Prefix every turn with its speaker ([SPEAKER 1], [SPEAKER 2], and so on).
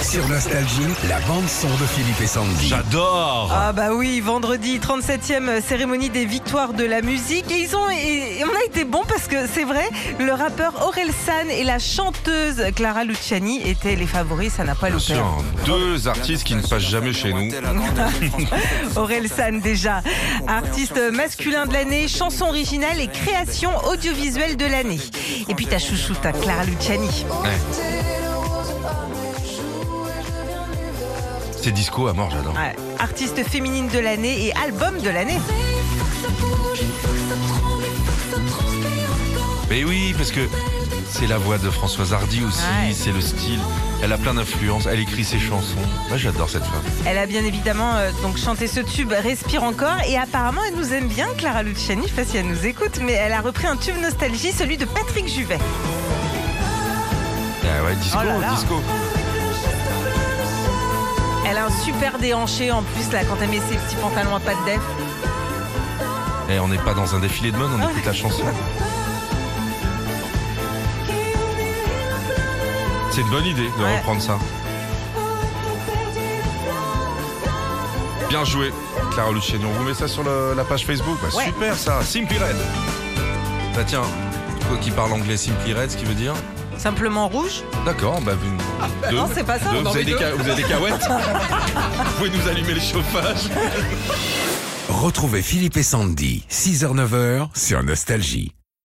[SPEAKER 1] Sur Nostalgie, la bande-son de Philippe et Sandy.
[SPEAKER 2] J'adore
[SPEAKER 3] Ah bah oui, vendredi 37e cérémonie des victoires de la musique. Et ils ont et- et on a été bons parce que c'est vrai, le rappeur Aurel San et la chanteuse Clara Luciani étaient les favoris, ça n'a pas
[SPEAKER 2] Bien
[SPEAKER 3] loupé.
[SPEAKER 2] sûr, deux artistes qui ne passent jamais chez nous.
[SPEAKER 3] Aurel San déjà, artiste masculin de l'année, chanson originale et création audiovisuelle de l'année. Et puis ta chouchoute, ta Clara Luciani.
[SPEAKER 2] Ouais. C'est disco à mort, j'adore.
[SPEAKER 3] Ouais, Artiste féminine de l'année et album de l'année.
[SPEAKER 2] Mais oui, parce que c'est la voix de Françoise Hardy aussi,
[SPEAKER 3] Ouais.
[SPEAKER 2] c'est le style. Elle a plein d'influences, elle écrit ses chansons. Moi, j'adore cette femme.
[SPEAKER 3] Elle a bien évidemment euh, donc chanté ce tube Respire encore et apparemment elle nous aime bien Clara Luciani, je sais pas si elle nous écoute mais elle a repris un tube nostalgie celui de Patrick Juvet.
[SPEAKER 2] Ah ouais, disco,
[SPEAKER 3] Oh là là.
[SPEAKER 2] disco.
[SPEAKER 3] Elle a un super déhanché en plus là quand elle met ses petits pantalons à pattes d'œuf.
[SPEAKER 2] Et Eh, on n'est pas dans un défilé de mode, on écoute la chanson. C'est une bonne idée de
[SPEAKER 3] Ouais.
[SPEAKER 2] reprendre ça. Bien joué, Clara Luciani. On vous met ça sur le- la page Facebook Bah,
[SPEAKER 3] Ouais.
[SPEAKER 2] Super ça, Simply Red. Bah tiens, toi qui parles anglais, Simply Red, ce qui veut dire
[SPEAKER 3] Simplement rouge
[SPEAKER 2] D'accord, bah vous- deux.
[SPEAKER 3] Ah, non, c'est pas ça,
[SPEAKER 2] Deux,
[SPEAKER 3] on en
[SPEAKER 2] vous, avez
[SPEAKER 3] met
[SPEAKER 2] des
[SPEAKER 3] deux.
[SPEAKER 2] ca- vous avez des cahuètes Vous pouvez nous allumer les chauffages
[SPEAKER 1] Retrouvez Philippe et Sandy, 6h-9h, sur Nostalgie.